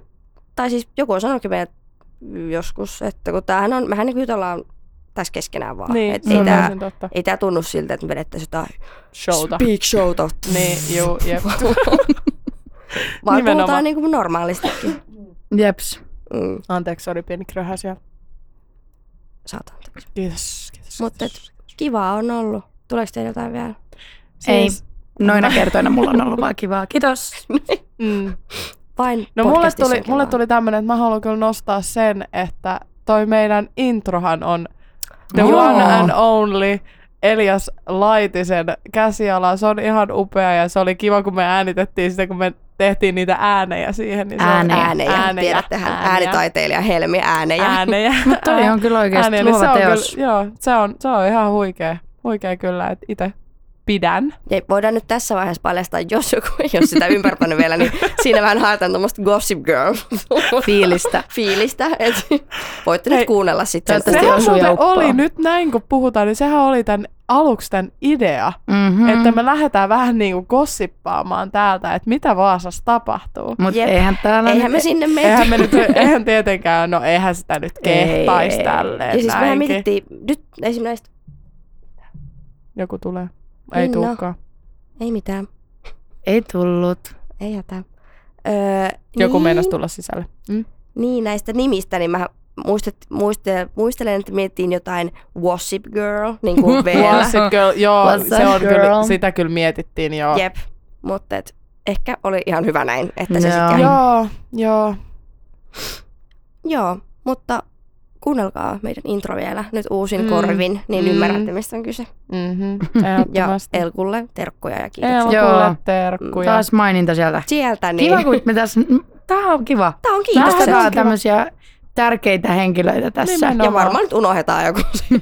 S4: tai siis joku on sanonutkin meille joskus, että kun tämähän on, mehän nyt ollaan tässä keskenään vaan.
S2: Niin,
S4: et
S2: se
S4: ei
S2: on
S4: tämä
S2: täysin totta.
S4: ei tää tunnu siltä, että me vedettäisiin jotain
S2: Showta.
S4: big showta.
S2: Niin, joo, jep.
S4: Vaan
S2: Nimenomaan.
S4: puhutaan niin kuin normaalistikin.
S3: Jeps.
S4: Mm,
S2: Anteeksi, sorry, pieni kröhä siellä.
S4: saatan. anteeksi.
S2: Kiitos, kiitos.
S4: Mut
S2: kiitos.
S4: Kivaa on ollut. Tuleeko teillä jotain vielä?
S3: Ei.
S2: Siis-
S3: Noina kertoina mulla on ollut vaan kivaa. Kiitos.
S2: Mm.
S4: Vain
S2: No mulle
S4: podcastissa
S2: tuli,
S4: on
S2: mulle
S4: kivaa.
S2: tuli tämmönen, että mä haluan kyllä nostaa sen, että toi meidän introhan on the
S3: Joo.
S2: one and only Elias Laitisen käsiala. Se on ihan upea ja se oli kiva, kun me äänitettiin sitä, kun me tehtiin niitä äänejä siihen. Niin se oli-
S3: Äänejä.
S4: äänejä. äänejä. Tiedättehän äänitaiteilija Helmi äänejä.
S2: Äänejä.
S3: Toi on kyllä oikeasti
S2: Äänejä, niin se
S3: luova
S2: on
S3: teos.
S2: Kyllä, joo, se on, se on ihan huikea, huikea kyllä, että itse pidän.
S4: Ja voidaan nyt tässä vaiheessa paljastaa, jos joku ei ole sitä ymmärtänyt vielä, niin siinä vähän haetaan tuommoista Gossip Girl
S3: Fiilistä.
S4: fiilistä. Et voitte
S2: Hei,
S4: nyt kuunnella sitten.
S3: Tästä
S2: Sehän
S3: osuu
S2: muuten
S3: joukkoon.
S2: oli nyt näin, kun puhutaan, niin sehän oli tämän aluksi tämän idea.
S3: Mm-hmm.
S2: Mm. Että me lähdetään vähän niin kuin gossippaamaan täältä, että mitä Vaasassa tapahtuu.
S3: Mutta
S4: Jep.
S3: eihän täällä...
S4: Eihän
S3: nyt-
S4: me sinne mennä.
S2: Eihän me nyt, eihän tietenkään, no eihän sitä nyt
S3: Ei.
S2: kehtaisi tälleen
S4: Ja siis mehän
S2: näinkin.
S4: mietittiin, nyt esimerkiksi näistä,
S2: Joku tulee. Ei
S3: Niin, no.
S4: Minna.
S2: tulekaan.
S4: ei mitään,
S3: Ei tullut.
S4: ei hätää. Öö,
S2: Joku
S4: niin,
S2: meinasi tulla sisälle. Mm?
S4: Niin, näistä nimistä, niin mä muistet, muiste, muistelen, että mietittiin jotain Gossip Girl, niin kuin vielä.
S2: What's it girl? Joo,
S3: What's
S2: se
S3: up,
S2: on kyllä,
S3: girl?
S2: sitä kyllä mietittiin joo.
S4: Jep, mutta et, ehkä oli ihan hyvä näin, että se
S3: Joo.
S4: sitten
S2: Joo, joo.
S4: Joo, mutta kuunnelkaa meidän intro vielä nyt uusin
S2: Mm.
S4: mm. korvin, niin
S2: Mm.
S4: mm. ymmärrätte mistä on kyse.
S2: Mm-hmm.
S4: Ja
S2: Ehdottomasti.
S4: Elkulle terkkuja ja kiitoksia.
S2: Elkulle
S3: Joo.
S2: terkkuja.
S3: Taas maininta sieltä.
S4: Sieltä niin.
S3: Kiva, kun me tässä... Tää on kiva.
S4: Tää on kiitos.
S2: Tää on
S3: Nostakaa
S2: kiva.
S3: tämmöisiä tärkeitä henkilöitä tässä.
S2: Nimenomaan.
S4: No,
S3: Nimenomaan.
S4: ja
S2: Nimenomaan.
S4: varmaan nyt unohdetaan joku.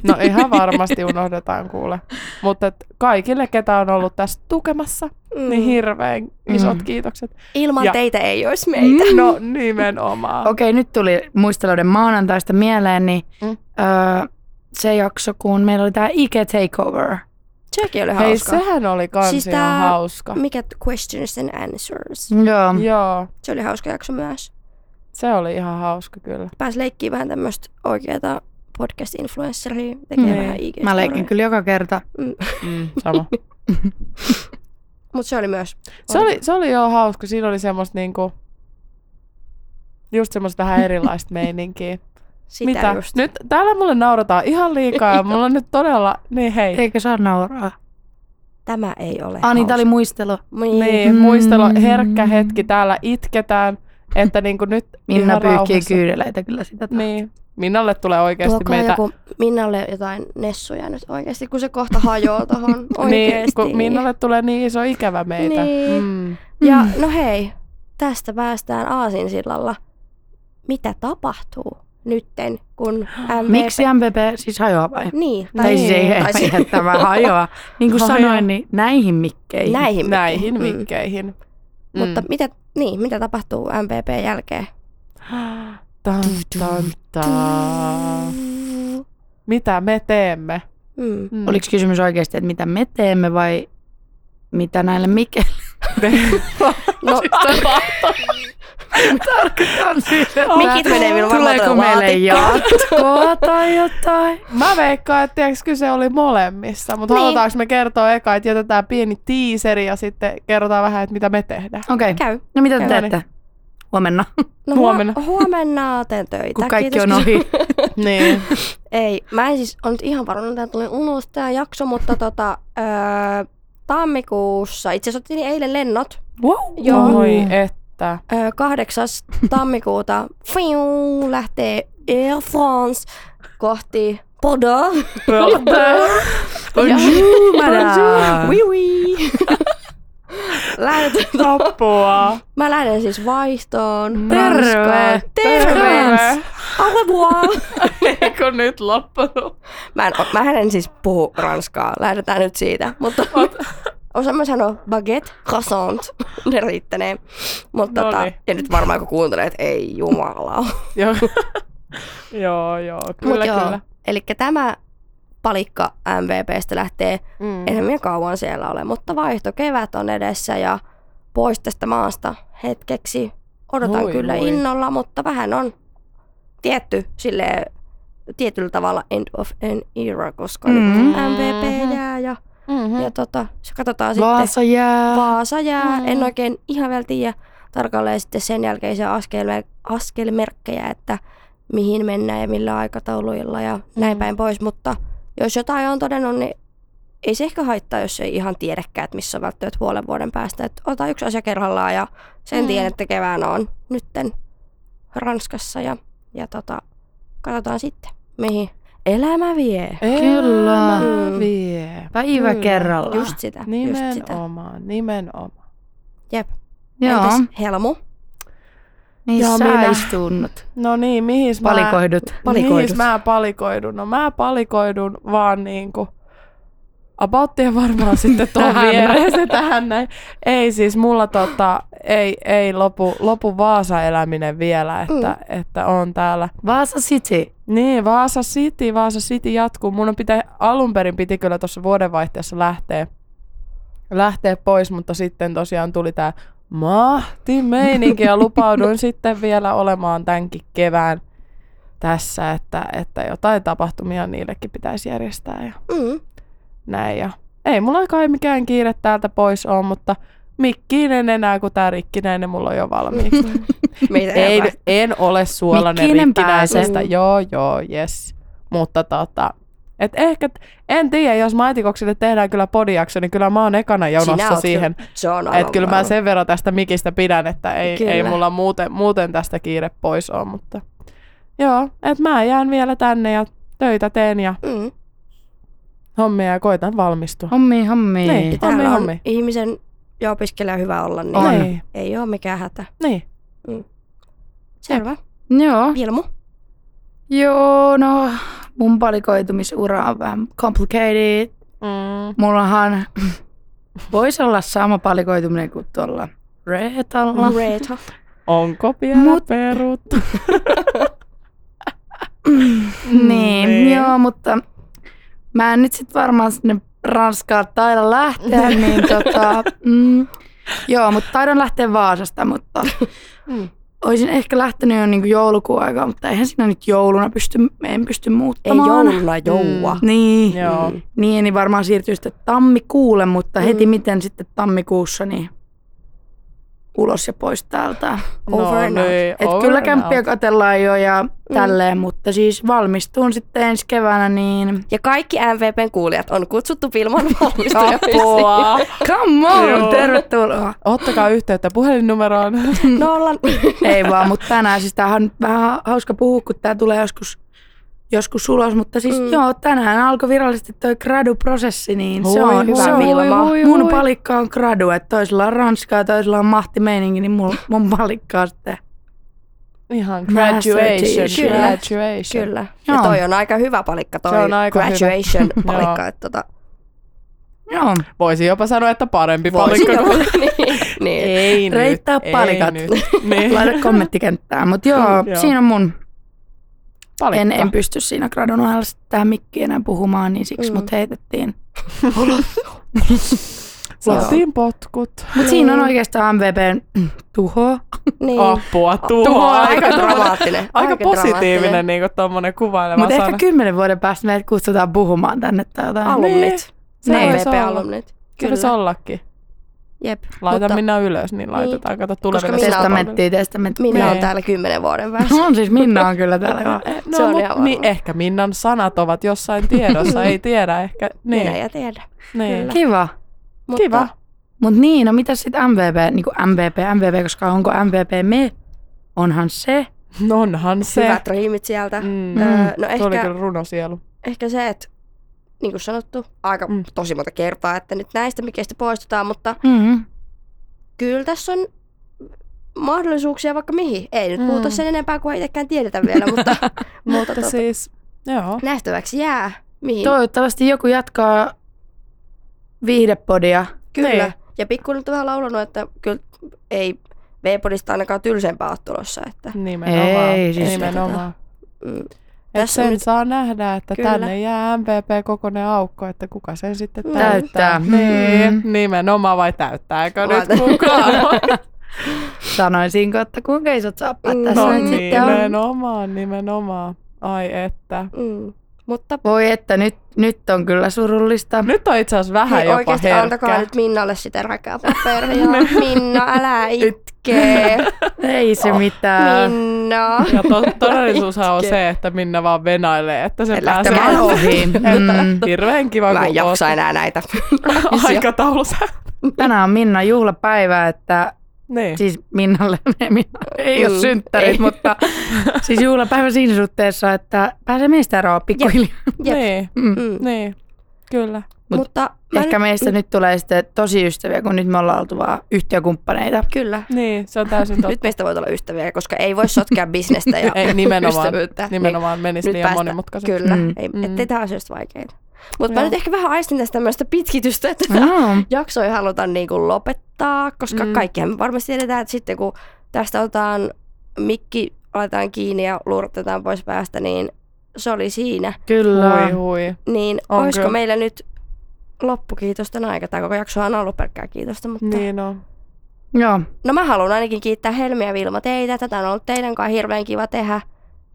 S2: No ihan varmasti unohdetaan kuule. Mutta et kaikille, ketä on ollut tässä tukemassa,
S4: Mm.
S2: niin hirveän isot
S3: Mm.
S2: kiitokset.
S4: Ilman
S2: Ja-
S4: ja. teitä ei olisi meitä.
S2: No nimenomaan.
S3: Okei, nyt tuli muisteluiden maanantaista mieleen, niin
S2: Mm.
S3: mm. öö, se jakso, kun meillä oli tämä IG Takeover.
S4: Sekin oli
S2: Hei,
S4: hauska.
S2: sehän oli kans
S4: Siis
S2: ihan
S4: tää- Mm.
S2: hauska.
S4: Mikä questions and answers.
S2: Mm.
S3: Joo.
S2: Joo,
S4: Se oli hauska jakso myös.
S2: se oli ihan hauska kyllä.
S4: Pääs leikkiin vähän tämmöistä oikeata podcast-influenceria. Tekee
S2: Niin.
S4: vähän ig
S3: Mä leikin kyllä joka kerta.
S2: Mm, sama.
S4: Mutta se oli myös.
S2: Se oli, se oli joo hauska. Siinä oli semmoista niinku, just semmoista vähän erilaista meininkiä.
S4: Sitä
S2: Mitä?
S4: Just.
S2: Nyt täällä mulle naurataan ihan liikaa ja mulla on nyt todella, niin hei.
S3: Eikö saa nauraa?
S4: Tämä ei ole
S3: Ah, niin,
S4: hauska.
S3: tää oli muistelu.
S4: Niin.
S2: Niin, muistelu, herkkä hetki, täällä itketään, että niinku nyt
S3: Minna
S2: ihan
S3: pyyhkii
S2: rauhassa.
S3: kyydeleitä kyllä sitä.
S2: Niin. Minnalle tulee oikeasti
S4: Tuokaa
S2: meitä.
S4: joku Minnalle jotain nessuja nyt oikeasti, kun se kohta hajoaa tohon
S2: Niin,
S4: oikeesti.
S2: kun Minnalle tulee niin iso ikävä meitä.
S4: Niin.
S2: Mm.
S4: Ja no hei, tästä päästään Aasinsillalla. Mitä tapahtuu nytten, kun MVP...
S3: Miksi MPP siis hajoaa vai?
S4: Niin,
S3: Tai siis ei
S4: tai siis-
S3: tämä hajoaa. Niin kuin
S2: Hajoaa.
S3: sanoin, niin näihin mikkeihin.
S4: näihin.
S2: Näihin
S4: Mm.
S2: vinkkeihin. Mm.
S4: Mutta mitä, niin, mitä tapahtuu MPP jälkeen?
S2: Tan, tan, tan. Mitä me teemme?
S4: Mm.
S2: Mm.
S3: Oliko kysymys oikeasti, että mitä me teemme vai mitä näille mikeille
S4: No,
S3: on
S4: mikit menee minun varmaan
S3: Tuleeko
S4: tuonne
S3: meille
S4: laatikkoon.
S3: jatkoa tai jotain?
S2: Mä veikkaan, että tiiäks, kyse oli molemmissa, mutta
S4: Niin.
S2: niin. halutaanko me kertoa eka, että jätetään pieni tiiseri ja sitten kerrotaan vähän, että mitä me tehdään.
S3: Okei, okay.
S4: Käy.
S3: no mitä te
S2: Käy.
S3: teette? Huomenna,
S4: No,
S2: Huomenna.
S4: Huomenna. Huomenna teen töitä.
S3: kun kaikki
S4: Kiitos
S3: on ohi.
S2: Niin.
S4: Ei, mä en siis on nyt ihan varmaan, että tuli ulos tämä jakso, mutta tota, öö, tammikuussa, itse asiassa otin eilen lennot,
S3: Wow.
S4: Joo.
S2: Oi
S3: Mm.
S2: että.
S4: öö, 8. tammikuuta fiu, lähtee Air France kohti Bordeaux.
S3: Bonjour, madame.
S4: Oui, oui. Lähdet,
S2: Apua.
S4: mä lähden siis vaihtoon.
S3: Terve.
S4: Ranskaan.
S3: Terve.
S4: Au revoir.
S2: Eikö nyt loppunut?
S4: Mä en, mä en siis puhu ranskaa, lähdetään nyt siitä. Mutta osaan mä sanoa baguette, croissant, ne riittänee. Mutta
S2: No
S4: tota,
S2: niin.
S4: ja nyt varmaan kun kuuntelee, että ei jumala.
S2: joo. joo, joo, kyllä, kyllä.
S4: Eli tämä palikka MVPstä lähtee,
S2: Mm.
S4: en minä kauan siellä ole, mutta vaihto kevät on edessä ja pois tästä maasta hetkeksi. Odotan
S2: Voi,
S4: kyllä
S2: voi.
S4: innolla, mutta vähän on tietty sille tietyllä tavalla end of an era, koska mm-hmm.
S3: Mm.
S4: nyt MVP jää ja
S2: Mm-hmm.
S4: Ja tota, se katsotaan sitten.
S3: Vaasa jää.
S4: Vaasa jää. En oikein ihan vielä tiedä tarkalleen sitten sen jälkeisiä askelmer- askelmerkkejä, että mihin mennään ja millä aikatauluilla ja näin päin pois. Mutta jos jotain on todennut, niin ei se ehkä haittaa, jos ei ihan tiedäkään, että missä on välttämättä puolen vuoden päästä. Että ota yksi asia kerrallaan ja sen mm. tien, että kevään on nytten Ranskassa ja, ja tota, katsotaan sitten, mihin elämä vie.
S3: Kyllä.
S2: Elämä vie.
S3: Päivä
S2: Kyllä.
S3: kerrallaan.
S4: Just sitä, just sitä.
S2: Nimenomaan, nimenomaan.
S4: Jep.
S3: Joo,
S4: Entäs Helmu?
S3: niin
S2: Joo,
S3: sä
S2: minä-
S3: istunnut.
S2: No niin, mihin mä...
S3: Palikoidut.
S4: Palikoidut.
S2: Mihin Niin, mä palikoidun? No mä palikoidun vaan niinku... Abauttia varmaan sitten tuohon
S3: Tähän näin.
S2: viereen se tähän näin. Ei siis mulla tota, ei, ei lopu, lopu Vaasa-eläminen vielä, että,
S3: Mm.
S2: että on täällä
S3: Vaasa City.
S2: Niin, Vaasa City, Vaasa City jatkuu. Mun on pitä, alun perin piti kyllä tuossa vuodenvaihteessa lähteä, lähteä pois, mutta sitten tosiaan tuli tämä mahti meininki ja lupauduin sitten vielä olemaan tämänkin kevään tässä, että, että jotain tapahtumia niillekin pitäisi järjestää ja
S4: Mm.
S2: näin. Ja ei mulla kai mikään kiire täältä pois on, mutta mikkiin en enää, kun tää rikkinäinen mulla on jo valmiiksi.
S4: Meitä ei,
S2: Ei,
S4: päästä.
S2: en ole suolainen
S3: Mikkinen
S2: rikkinäisestä.
S4: pääsee.
S2: Joo, joo, yes. Mutta tota, et ehkä, en tiedä, jos maitikoksille tehdään kyllä podijakso, niin kyllä mä oon ekana
S4: Sinä
S2: jonossa
S4: oot
S2: siihen.
S4: kyllä- Se on aivan
S2: Että kyllä mä
S4: varma.
S2: sen verran tästä mikistä pidän, että ei, ei
S4: Kyllä.
S2: mulla muuten, muuten tästä kiire pois on, mutta joo, että mä jään vielä tänne ja töitä teen ja
S4: Mm.
S2: hommia ja koitan valmistua.
S3: Hommi, hommi.
S2: Niin.
S4: Täällä
S2: Hommi,
S4: on
S2: hommi.
S4: ihmisen ja opiskelijan hyvä olla, niin
S3: On.
S2: Niin,
S4: ei ole mikään hätä.
S2: niin.
S4: Selvä.
S3: Joo.
S4: Vilmu?
S3: Joo, no mun valikoitumisura on vähän complicated.
S2: Mm.
S3: Mullahan voisi olla sama palikoituminen kuin tuolla Reetalla.
S4: Reeta.
S2: Onko vielä Mut...
S3: Mut-
S2: peruttu?
S3: Niin,
S2: Niin.
S3: niin, joo, mutta mä en nyt sit varmaan sinne Ranskaan taida lähteä, niin tota, mm, joo, mutta taidan lähteä Vaasasta, mutta
S2: Mm.
S3: olisin ehkä lähtenyt jo niin joulukuun aikaa, mutta eihän siinä nyt jouluna pysty, en pysty
S4: Ei
S3: muuttamaan.
S4: jouluna joua. Mm.
S3: Niin,
S2: Joo.
S3: niin, niin varmaan siirtyy sitten tammikuulle, mutta heti
S2: Mm.
S3: miten sitten tammikuussa, niin ulos ja pois täältä.
S4: Over
S2: No
S4: and out.
S3: Et
S2: over
S3: kyllä
S2: and
S3: kämppiä
S2: out. Mm.
S3: katellaan jo ja tälleen, mutta siis valmistuun sitten ensi keväänä, niin
S4: Ja kaikki MVPn kuulijat on kutsuttu Pilman valmistujaisiin.
S2: Apua.
S3: come
S2: Joo.
S3: on, tervetuloa.
S2: Ottakaa yhteyttä puhelinnumeroon.
S4: No ollaan...
S3: Ei vaan, mutta tänään siis tämähän on vähän hauska puhua, kun tämä tulee joskus, joskus ulos, mutta siis
S4: Mm.
S3: mm. joo, tänään alkoi virallisesti toi graduprosessi, niin se
S2: Hui,
S3: on hyvä
S2: hui,
S3: Vilma.
S2: hui, hui,
S3: mun
S2: hui.
S3: palikka on gradu, että toisella on ranskaa, toisella on mahtimeininki, niin mun, mun palikka on sitten
S2: Ihan
S3: Master
S2: graduation.
S3: teacher.
S4: Kyllä.
S2: graduation.
S4: Kyllä. Ja
S3: Joo.
S4: toi on aika hyvä palikka, toi
S2: Se on aika
S4: graduation palikka. Että tota,
S3: Joo.
S2: Voisi jopa sanoa, että parempi
S4: voisi
S2: palikka. kuin-
S4: olla- niin, niin.
S2: Ei nyt,
S3: Reittaa
S2: ei
S3: palikat.
S2: nyt. Niin.
S3: Laita kommenttikenttään, mutta joo,
S2: Joo.
S3: siinä on mun.
S2: Palikka.
S3: En, en pysty siinä gradun ohella tähän mikkiin enää puhumaan, niin siksi
S4: Mm.
S3: mm. mut heitettiin.
S2: Saatiin potkut.
S3: Mutta siinä on oikeastaan MVPn tuho.
S4: niin.
S2: Apua, Ah, tuho. aika,
S4: dramaattinen.
S2: aika
S4: dramaattinen.
S2: positiivinen niin tuommoinen kuvaileva
S3: Mutta
S2: sana.
S3: ehkä kymmenen vuoden päästä meidät kutsutaan puhumaan tänne tai jotain.
S4: Alumnit.
S2: se
S3: Niin.
S2: voisi olla.
S4: MVP-alumnit.
S2: Kyllä se ollakin.
S4: Jep.
S2: Laita
S4: Mutta
S2: minä ylös, niin laitetaan. Kato tuleville
S4: minä olen-
S2: sukupolville.
S3: Testamenttiin, testamenttiin.
S4: Minna on
S2: Niin.
S4: täällä kymmenen vuoden päästä.
S3: On siis Minna on kyllä täällä joo.
S2: No,
S4: Se on
S2: mut,
S4: ihan varma.
S2: niin, ehkä Minnan sanat ovat jossain tiedossa, ei tiedä ehkä. Niin,
S4: Minä ja tiedä.
S2: niin.
S3: Kiva.
S4: Mutta
S2: Kiva.
S3: Mut niin, no mitä sitten MVP, niinku MVP, MVP, koska onko MVP me? Onhan se.
S2: Onhan se.
S4: Hyvät riimit sieltä.
S2: Mm.
S4: Öö, no
S2: Se oli
S4: ehkä,
S2: kyllä runosielu.
S4: ehkä se, että niin kuin sanottu, aika
S2: Mm.
S4: mm. tosi monta kertaa, että nyt näistä mikeistä poistutaan, mutta
S3: Mm-hmm.
S4: kyllä tässä on mahdollisuuksia vaikka mihin. Ei nyt
S2: Mm.
S4: mm. puhuta sen enempää kuin itsekään tiedetä vielä, mutta, mutta
S2: Mutta
S4: tota,
S2: siis, joo.
S4: nähtäväksi jää, mihin.
S3: Toivottavasti joku jatkaa viihdepodia.
S4: Kyllä.
S2: Niin.
S4: Ja pikku nyt on vähän laulanut, että kyllä ei V-podista ainakaan tylsempää ole tulossa. Että,
S2: Nimenomaan.
S3: Ei, siis
S2: Nimenomaan.
S4: mm,
S2: Et
S4: Tässä on
S2: sen nyt...
S4: nyt-
S2: saa nähdä, että kyllä.
S4: Kyllä.
S2: tänne jää MVP kokoinen aukko, että kuka sen sitten
S4: Mm.
S2: täyttää.
S3: Täyttää.
S2: Niin,
S3: Mm.
S2: nimenomaan vai täyttääkö
S4: Vai-
S2: nyt kukaan?
S3: Sanoisinko, että kuinka isot saappaat
S4: Mm.
S3: tässä
S2: no
S3: nyt sitten on.
S2: nimenomaan, nimenomaan. Ai että.
S4: mm, mutta
S3: Voi että nyt, nyt on kyllä surullista.
S4: No.
S2: Nyt on itse asiassa vähän
S4: Hei,
S2: jopa
S4: oikeasti
S2: herkkä.
S4: antakaa Niin, nyt Minnalle sitä rakaa paperia. Minna, älä itke.
S3: Ei se mitään.
S4: Oh. Minna.
S2: Ja to- todellisuushan on
S4: Itke.
S2: se, että Minna vaan venailee, että se
S4: Ei
S2: pääsee
S4: lähtemään
S2: ohi.
S3: ohi. Mm.
S2: Hirveän kiva,
S4: Mä en
S2: kun
S4: jaksa enää näitä.
S2: oot aikataulussa.
S3: Tänään on Minna juhlapäivä, että
S2: niin.
S3: siis Minnalle ei, Minna, ei
S4: Mm,
S3: ole synttärit,
S4: ei.
S3: mutta siis juhlapäivä siinä suhteessa, että pääsee meistä eroon pikkuhiljaa.
S4: Jep.
S2: Niin,
S3: Mm.
S4: Mm.
S2: niin, kyllä.
S3: Mut
S4: Mutta mä
S3: Ehkä
S4: nyt,
S3: meistä nyt tulee sitten tosi ystäviä, kun nyt me ollaan oltu vaan yhtiökumppaneita.
S4: kyllä.
S2: Niin, se on täysin totta.
S4: Nyt meistä voi olla ystäviä, koska ei voi sotkea bisnestä ja
S2: Ei, nimenomaan.
S4: ystävyyttä. Niin,
S2: Nimenomaan menisi
S4: Nyt
S2: liian
S4: päästä-
S2: monimutkaiseksi.
S4: Kyllä,
S3: Mm.
S4: mm. ei,
S2: Mm.
S4: ettei tämä asioista vaikeita. Mutta mä
S2: Joo.
S4: nyt ehkä vähän aistin tästä tämmöistä pitkitystä, että tämä
S3: Joo.
S4: jakso ei haluta niin kuin lopettaa, koska
S2: Mm.
S4: mm. kaikkihan me varmasti tiedetään, että sitten kun tästä otetaan mikki, laitetaan kiinni ja luurtetaan pois päästä, niin se oli siinä.
S3: Kyllä.
S2: Hui, hui.
S4: Niin
S2: On
S4: on olisiko
S2: kyllä.
S4: kyllä. meillä nyt loppukiitosten aika? Tämä koko jakso on ollut pelkkää kiitosta, mutta... Niin.
S2: Niin on.
S3: Joo.
S4: No mä haluan ainakin kiittää Helmi ja Vilma teitä. Tätä on ollut teidän kanssa hirveän kiva tehdä.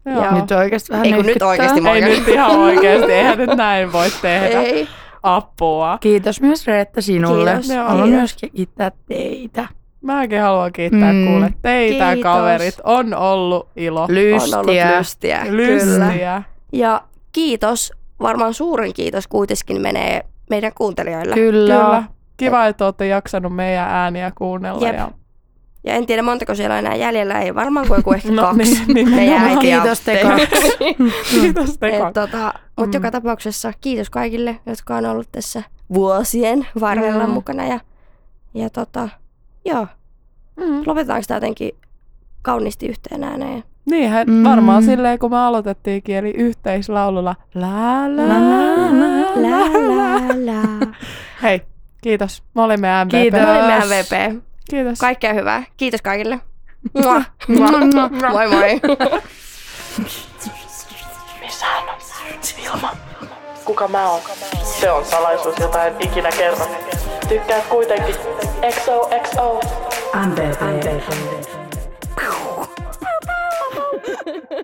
S2: Joo.
S4: Joo.
S3: Nyt oikeasti vähän
S4: Ei kun nyt
S3: nyhkyttää.
S4: oikeasti mä
S2: Ei nyt ihan oikeasti, eihän nyt näin voi tehdä.
S4: Ei.
S2: Apua.
S3: Kiitos myös Reetta sinulle.
S4: Kiitos,
S3: Joo. Haluan
S4: kiitos.
S3: myös kiittää teitä.
S2: Mäkin haluan kiittää mm.
S3: Mm.
S2: kuule teitä
S4: Kiitos.
S2: kaverit. On ollut ilo.
S4: On ollut
S3: Lystiä.
S4: lystiä. Kyllä.
S2: Lystiä.
S4: Ja kiitos, varmaan suurin kiitos kuitenkin menee meidän kuuntelijoille.
S3: Kyllä.
S2: Kyllä. Kiva, että olette jaksanut meidän ääniä kuunnella.
S4: Jep. Mm.
S2: Ja...
S4: Ja en tiedä montako siellä on enää jäljellä, ei varmaan kuin joku ehkä
S2: No
S4: kaksi.
S2: niin, niin,
S4: Meidän
S2: nimenomaan.
S4: äiti ja
S3: Kiitos te
S4: teidän-
S2: Kiitos te
S4: Et
S2: kaksi.
S4: tota, Mutta
S2: Mm.
S4: joka tapauksessa kiitos kaikille, jotka on ollut tässä vuosien varrella
S2: Mm.
S4: mm. mukana. Ja, ja tota, joo,
S2: Mm.
S4: lopetetaanko tämä jotenkin kauniisti yhteen ääneen?
S2: Niinhän mm.
S3: Mm.
S2: varmaan silleen, kun me aloitettiinkin, eli yhteislaululla. La la la la
S4: Lä,
S2: la. la.
S4: lä, lä.
S2: Hei, kiitos. Me olimme MVP.
S3: Kiitos.
S4: Me olimme
S3: Taas.
S4: MVP.
S2: Kiitos.
S4: Kaikkea hyvää. Kiitos kaikille. Mua.
S3: Mua.
S4: Moi moi.
S1: Missä hän on? Vilma. Kuka mä oon? Se on salaisuus, jota en ikinä kerro. Tykkäät kuitenkin. XOXO.
S5: I'm back. I'm back.